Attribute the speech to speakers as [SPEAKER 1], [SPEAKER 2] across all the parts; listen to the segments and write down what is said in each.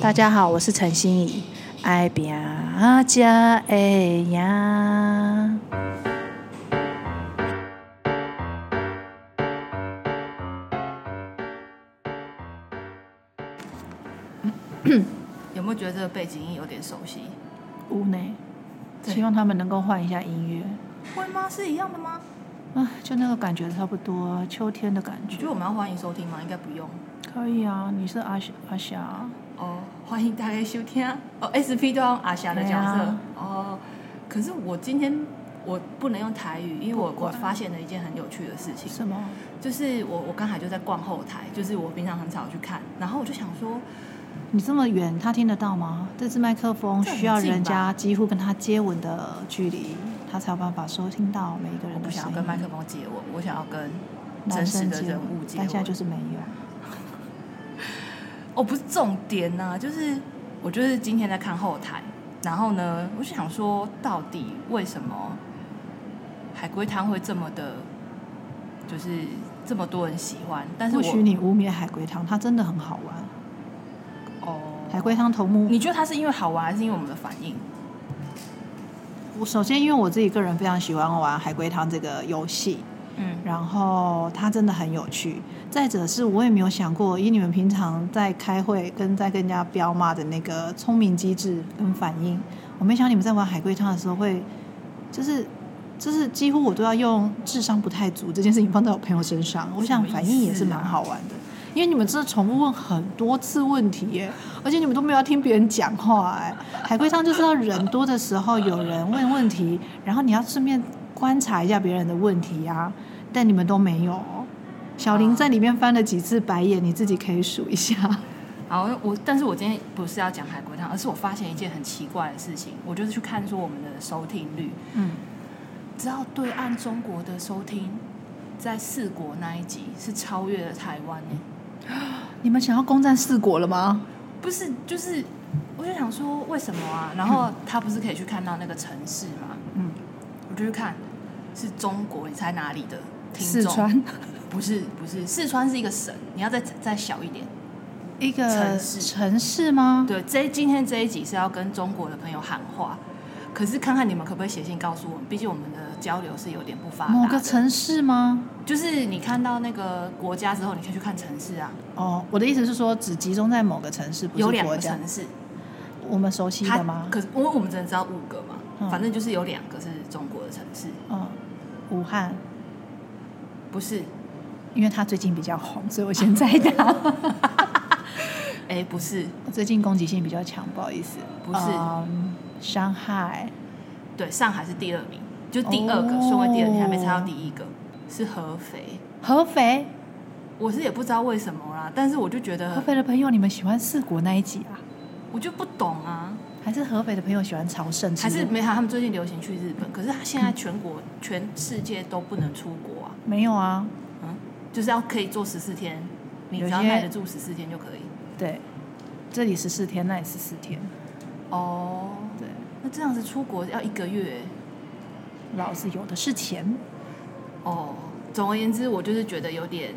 [SPEAKER 1] 大家好，我是陈心怡。爱拼啊才会赢。
[SPEAKER 2] 有没有觉得这个背景音有点熟悉？
[SPEAKER 1] 屋内，
[SPEAKER 2] 对
[SPEAKER 1] 希望他们能够换一下音乐。
[SPEAKER 2] 会吗？是一样的吗？
[SPEAKER 1] 啊，就那个感觉差不多，秋天的感
[SPEAKER 2] 你觉
[SPEAKER 1] 觉。
[SPEAKER 2] 得我们要欢迎收听吗？应该不用。
[SPEAKER 1] 可以啊，你是阿霞阿霞，
[SPEAKER 2] 哦，欢迎大家收听。哦，SP 都要用阿霞的角色。
[SPEAKER 1] 对啊
[SPEAKER 2] 哦，可是我今天我不能用台语，因为我
[SPEAKER 1] 不
[SPEAKER 2] 我
[SPEAKER 1] 管
[SPEAKER 2] 发现了一件很有趣的事情。
[SPEAKER 1] 什么？
[SPEAKER 2] 就是我我刚才就在逛后台，就是我平常很少去看，然后我就想说，
[SPEAKER 1] 你这么远，他听得到吗？这支麦克风
[SPEAKER 2] 这很
[SPEAKER 1] 需要
[SPEAKER 2] 近
[SPEAKER 1] 人
[SPEAKER 2] 吧
[SPEAKER 1] 家几乎跟他接吻的距离，他才有办法收听到每一个
[SPEAKER 2] 我
[SPEAKER 1] 人
[SPEAKER 2] 不
[SPEAKER 1] 的
[SPEAKER 2] 想
[SPEAKER 1] 声
[SPEAKER 2] 要
[SPEAKER 1] 音。
[SPEAKER 2] 跟麦克风接吻，我想要跟真
[SPEAKER 1] 男
[SPEAKER 2] 实
[SPEAKER 1] 生
[SPEAKER 2] 的
[SPEAKER 1] 接
[SPEAKER 2] 人
[SPEAKER 1] 吻
[SPEAKER 2] 物接
[SPEAKER 1] 但现在
[SPEAKER 2] 吻
[SPEAKER 1] 就。是没有。
[SPEAKER 2] 哦，不是重点呐、就是我就是今天在看后台，然后呢，我就想说，到底为什么海龟汤会这么的，就是这么多人喜欢？但是
[SPEAKER 1] 不
[SPEAKER 2] 我
[SPEAKER 1] 许你污蔑海龟汤，它真的很好玩。
[SPEAKER 2] 哦，
[SPEAKER 1] 海龟汤头目
[SPEAKER 2] 你觉得它是因为好玩，还是因为我们的反应？
[SPEAKER 1] 我首先因为我自己个人非常喜欢玩海龟汤这个游戏，
[SPEAKER 2] 嗯，
[SPEAKER 1] 然后它真的很有趣。再者是我也没有想过，以你们平常在开会跟在跟人家飙骂的那个聪明机智跟反应，我没想到你们在玩海龟汤的时候会，就是就是几乎我都要用智商不太足这件事情放在我朋友身上，我想反应也是蛮好玩的。因为你们真的重复问很多次问题耶，而且你们都没有要听别人讲话哎。海龟汤就是要人多的时候有人问问题，然后你要顺便观察一下别人的问题啊，但你们都没有哦。小林在里面翻了几次白眼，你自己可以数一下。
[SPEAKER 2] 好，我但是我今天不是要讲海龟汤，而是我发现一件很奇怪的事情，我就是去看说我们的收听率，
[SPEAKER 1] 嗯，
[SPEAKER 2] 知道对岸中国的收听在四国那一集是超越了台湾呢、
[SPEAKER 1] 你们想要攻占四国了吗？
[SPEAKER 2] 不是，就是我就想说为什么啊？然后他不是可以去看到那个城市嘛？
[SPEAKER 1] 嗯，
[SPEAKER 2] 我就去看，是中国，你猜哪里的听
[SPEAKER 1] 四
[SPEAKER 2] 众？
[SPEAKER 1] 川
[SPEAKER 2] 不是不是，四川是一个省，你要再再小一点。
[SPEAKER 1] 一个
[SPEAKER 2] 城市
[SPEAKER 1] 城市吗？
[SPEAKER 2] 对，这一今天这一集是要跟中国的朋友喊话，可是看看你们可不可以写信告诉我们，毕竟我们的交流是有点不发达的。
[SPEAKER 1] 某个城市吗？
[SPEAKER 2] 就是你看到那个国家之后，你可以去看城市啊，
[SPEAKER 1] 哦，我的意思是说，只集中在某个城市，不
[SPEAKER 2] 有
[SPEAKER 1] 是
[SPEAKER 2] 两
[SPEAKER 1] 国
[SPEAKER 2] 个
[SPEAKER 1] 家。
[SPEAKER 2] 城市，
[SPEAKER 1] 我们熟悉
[SPEAKER 2] 它
[SPEAKER 1] 的吗？
[SPEAKER 2] 可是因为我们只能知道五个嘛，
[SPEAKER 1] 嗯
[SPEAKER 2] 反正就是有两个是中国的城市，
[SPEAKER 1] 嗯，武汉，
[SPEAKER 2] 不是
[SPEAKER 1] 因为他最近比较红，所以我先在他。
[SPEAKER 2] 哎，不是，
[SPEAKER 1] 最近攻击性比较强，不好意思。
[SPEAKER 2] 不是
[SPEAKER 1] 嗯上海，
[SPEAKER 2] 对，上海是第二名，就第二个
[SPEAKER 1] 哦
[SPEAKER 2] 顺位第二，你还没猜到第一个是合肥。
[SPEAKER 1] 合肥，
[SPEAKER 2] 我是也不知道为什么啦，但是我就觉
[SPEAKER 1] 合
[SPEAKER 2] 得
[SPEAKER 1] 肥的朋友，你们喜欢四国那一集啊？
[SPEAKER 2] 我就不懂啊，
[SPEAKER 1] 还是合肥的朋友喜欢朝圣之
[SPEAKER 2] 还
[SPEAKER 1] 路？
[SPEAKER 2] 是没有他们最近流行去日本，可是现在全国、全世界都不能出国啊，
[SPEAKER 1] 没有啊？
[SPEAKER 2] 嗯，就是要可以做十四天，你只
[SPEAKER 1] 有
[SPEAKER 2] 要
[SPEAKER 1] 些
[SPEAKER 2] 耐得住十四天就可以。
[SPEAKER 1] 对，这里十四天，那里十四天，
[SPEAKER 2] 哦，
[SPEAKER 1] 对，
[SPEAKER 2] 那这样子出国要一个月欸、
[SPEAKER 1] 老子有的是钱。
[SPEAKER 2] 哦。总而言之，我就是觉得有点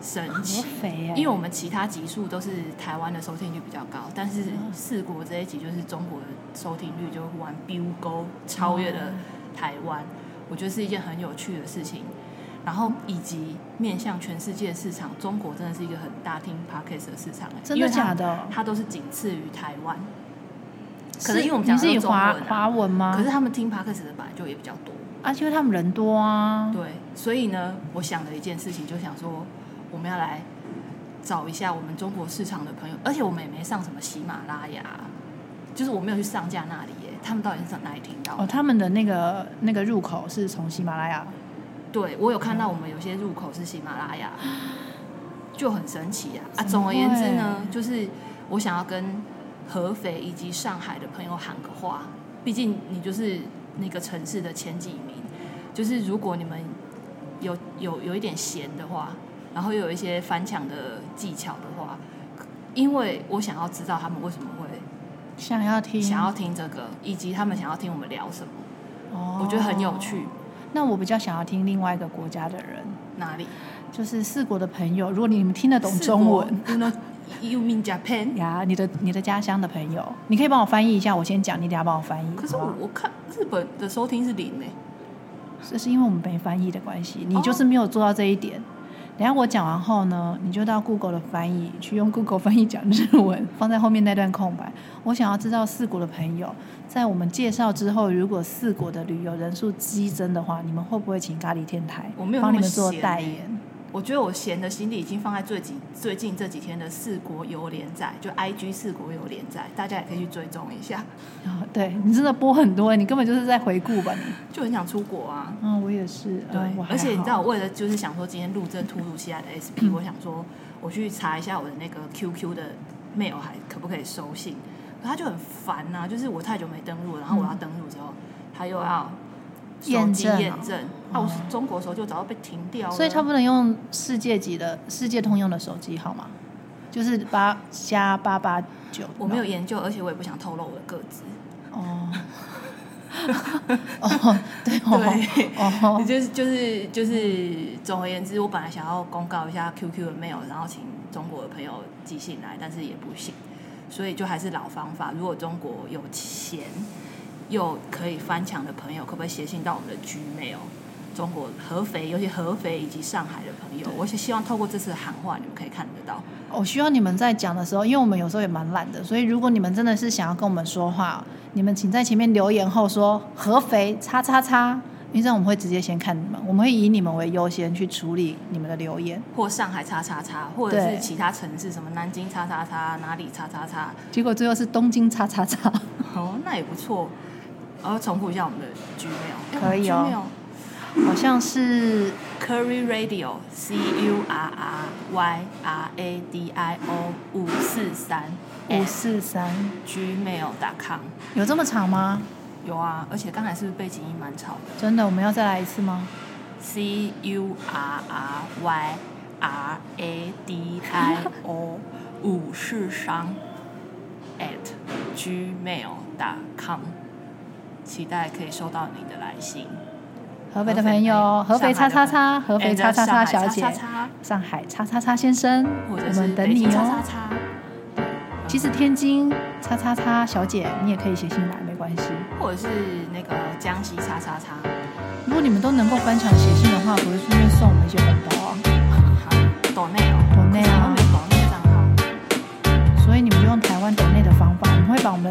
[SPEAKER 2] 神奇
[SPEAKER 1] 合。肥欸耶、
[SPEAKER 2] 因为我们其他集数都是台湾的收听率比较高，但是
[SPEAKER 1] 嗯
[SPEAKER 2] 四国这一集就是中国的收听率就忽然飙高，超越
[SPEAKER 1] 嗯
[SPEAKER 2] 了台湾，我觉得是一件很有趣的事情。然后以及面向全世界市场，中国真的是一个很大听 podcast 的市场、欸，
[SPEAKER 1] 真的假的
[SPEAKER 2] 因为它？它都是仅次于台湾，可
[SPEAKER 1] 是
[SPEAKER 2] 能因为我们讲的
[SPEAKER 1] 你是以
[SPEAKER 2] 都中文啊
[SPEAKER 1] 华华文吗？
[SPEAKER 2] 可是他们听 podcast 的本来就也比较多。
[SPEAKER 1] 啊，因为他们人多啊。
[SPEAKER 2] 对，所以呢，我想了一件事情，就想说我们要来找一下我们中国市场的朋友，而且我们也没上什么喜马拉雅，啊就是我没有去上架那里耶，他们到底是从哪里听到的？
[SPEAKER 1] 哦，他们的那个那个入口是从喜马拉雅，
[SPEAKER 2] 对我有看到我们有些入口是喜马拉雅，就很神奇啊！啊，
[SPEAKER 1] 怎么
[SPEAKER 2] 总而言之呢，就是我想要跟合肥以及上海的朋友喊个话，毕竟你就是那个城市的前几名，就是如果你们有有有一点闲的话，然后又有一些翻墙的技巧的话，因为我想要知道他们为什么会
[SPEAKER 1] 想要听，
[SPEAKER 2] 想要听这个，以及他们想要听我们聊什么，
[SPEAKER 1] 哦
[SPEAKER 2] 我觉得很有。趣。
[SPEAKER 1] 那我比较想要听另外一个国家的人，
[SPEAKER 2] 哪里？
[SPEAKER 1] 就是四国的朋友。如果你们听得懂
[SPEAKER 2] 四
[SPEAKER 1] 中
[SPEAKER 2] 国
[SPEAKER 1] 文，
[SPEAKER 2] ，you know You mean Japan？
[SPEAKER 1] 呀，你的你的家乡的朋友，你可以帮我翻译一下，我先讲，你等下帮我翻译。
[SPEAKER 2] 可是
[SPEAKER 1] 好不
[SPEAKER 2] 我
[SPEAKER 1] 好
[SPEAKER 2] 我看日本的收听是零诶、
[SPEAKER 1] 这是因为我们没翻译的关系，你
[SPEAKER 2] 哦
[SPEAKER 1] 就是没有做到这一点。等下我讲完后呢，你就到 Google 的翻译去用 Google 翻译讲日文，放在后面那段空白。我想要知道四国的朋友，在我们介绍之后，如果四国的旅游人数激增的话，你们会不会请咖喱天台
[SPEAKER 2] 我没有那
[SPEAKER 1] 帮
[SPEAKER 2] 么
[SPEAKER 1] 你们做
[SPEAKER 2] 闲
[SPEAKER 1] 代
[SPEAKER 2] 欸
[SPEAKER 1] 言？
[SPEAKER 2] 我觉得我闲的心力已经放在最近最近这几天的四国游连载，就 IG 四国游连载，大家也可以去追踪一下。
[SPEAKER 1] 啊， 对你真的播很多欸，你根本就是在回顾吧你。
[SPEAKER 2] 就很想出国啊，
[SPEAKER 1] 嗯，我也是。
[SPEAKER 2] 对，
[SPEAKER 1] 嗯、我还
[SPEAKER 2] 而且你知道，
[SPEAKER 1] 好嗯
[SPEAKER 2] 我为了就是想说今天录这突如其来的 SP，、我想说我去查一下我的那个 QQ 的 mail 还可不可以收信，可他就很烦呐、就是我太久没登录了，然后我要登录之后，他又要
[SPEAKER 1] 嗯
[SPEAKER 2] 手
[SPEAKER 1] 验
[SPEAKER 2] 机
[SPEAKER 1] 证
[SPEAKER 2] 验
[SPEAKER 1] 哦
[SPEAKER 2] 证，啊，我是中国手机我早就被停掉了，
[SPEAKER 1] 所以他不能用世界级的、世界通用的手机号码，就是八加八八九。
[SPEAKER 2] 我没有研究，而且我也不想透露我的个子，
[SPEAKER 1] 哦。 哦，对哦，
[SPEAKER 2] 对。
[SPEAKER 1] 哦，
[SPEAKER 2] 就是就是就是，总而言之，我本来想要公告一下 QQ 的 mail，然后请中国的朋友寄信来，但是也不行，所以就还是老方法。如果中国有钱又可以翻墙的朋友，可不可以写信到我们的 Gmail？中国合肥，尤其合肥以及上海的朋友，我是希望透过这次的喊话，你们可以看得到。
[SPEAKER 1] 我希哦望你们在讲的时候，因为我们有时候也蛮懒的，所以如果你们真的是想要跟我们说话，你们请在前面留言后说“合肥叉叉叉”，因为这样我们会直接先看你们，我们会以你们为优先去处理你们的留言。
[SPEAKER 2] 或上海叉叉叉，或者
[SPEAKER 1] 对
[SPEAKER 2] 是其他城市，什么南京叉叉叉，哪里叉叉叉，
[SPEAKER 1] 结果最后是东京叉叉叉。
[SPEAKER 2] 哦，那也不错。然后重复一下我们的 Gmail，
[SPEAKER 1] 可以哦。好像是
[SPEAKER 2] Curry Radio C U R R Y R A D I O 五四三
[SPEAKER 1] 五四三，
[SPEAKER 2] gmail.com
[SPEAKER 1] 有这么长吗？
[SPEAKER 2] 有啊，而且刚才是不是背景音蛮吵的
[SPEAKER 1] 真的，我们要再来一次吗？
[SPEAKER 2] ？C U R R Y R A D I O 五四三 at gmail.com，期待可以收到你的来信。
[SPEAKER 1] 合肥的朋友，合
[SPEAKER 2] 哎
[SPEAKER 1] 肥叉叉叉，合肥叉叉叉小姐
[SPEAKER 2] 上海，
[SPEAKER 1] 上海
[SPEAKER 2] 呃叉叉
[SPEAKER 1] 叉叉叉先生，
[SPEAKER 2] 叉或者
[SPEAKER 1] 我
[SPEAKER 2] 是
[SPEAKER 1] 们等
[SPEAKER 2] 北
[SPEAKER 1] 你
[SPEAKER 2] 京叉叉
[SPEAKER 1] 哦。
[SPEAKER 2] 叉。
[SPEAKER 1] 其实天津叉叉叉小姐，你也可以写信来，没关系。
[SPEAKER 2] 或者是那个江西叉叉 叉，
[SPEAKER 1] 如果你们都能够翻墙写信的话，我会顺便送我们一些红包啊。
[SPEAKER 2] 好，抖内哦，
[SPEAKER 1] 抖内啊
[SPEAKER 2] 我没有抖内账号。
[SPEAKER 1] 所以你们就用台湾岛内的方法，我们会把我们的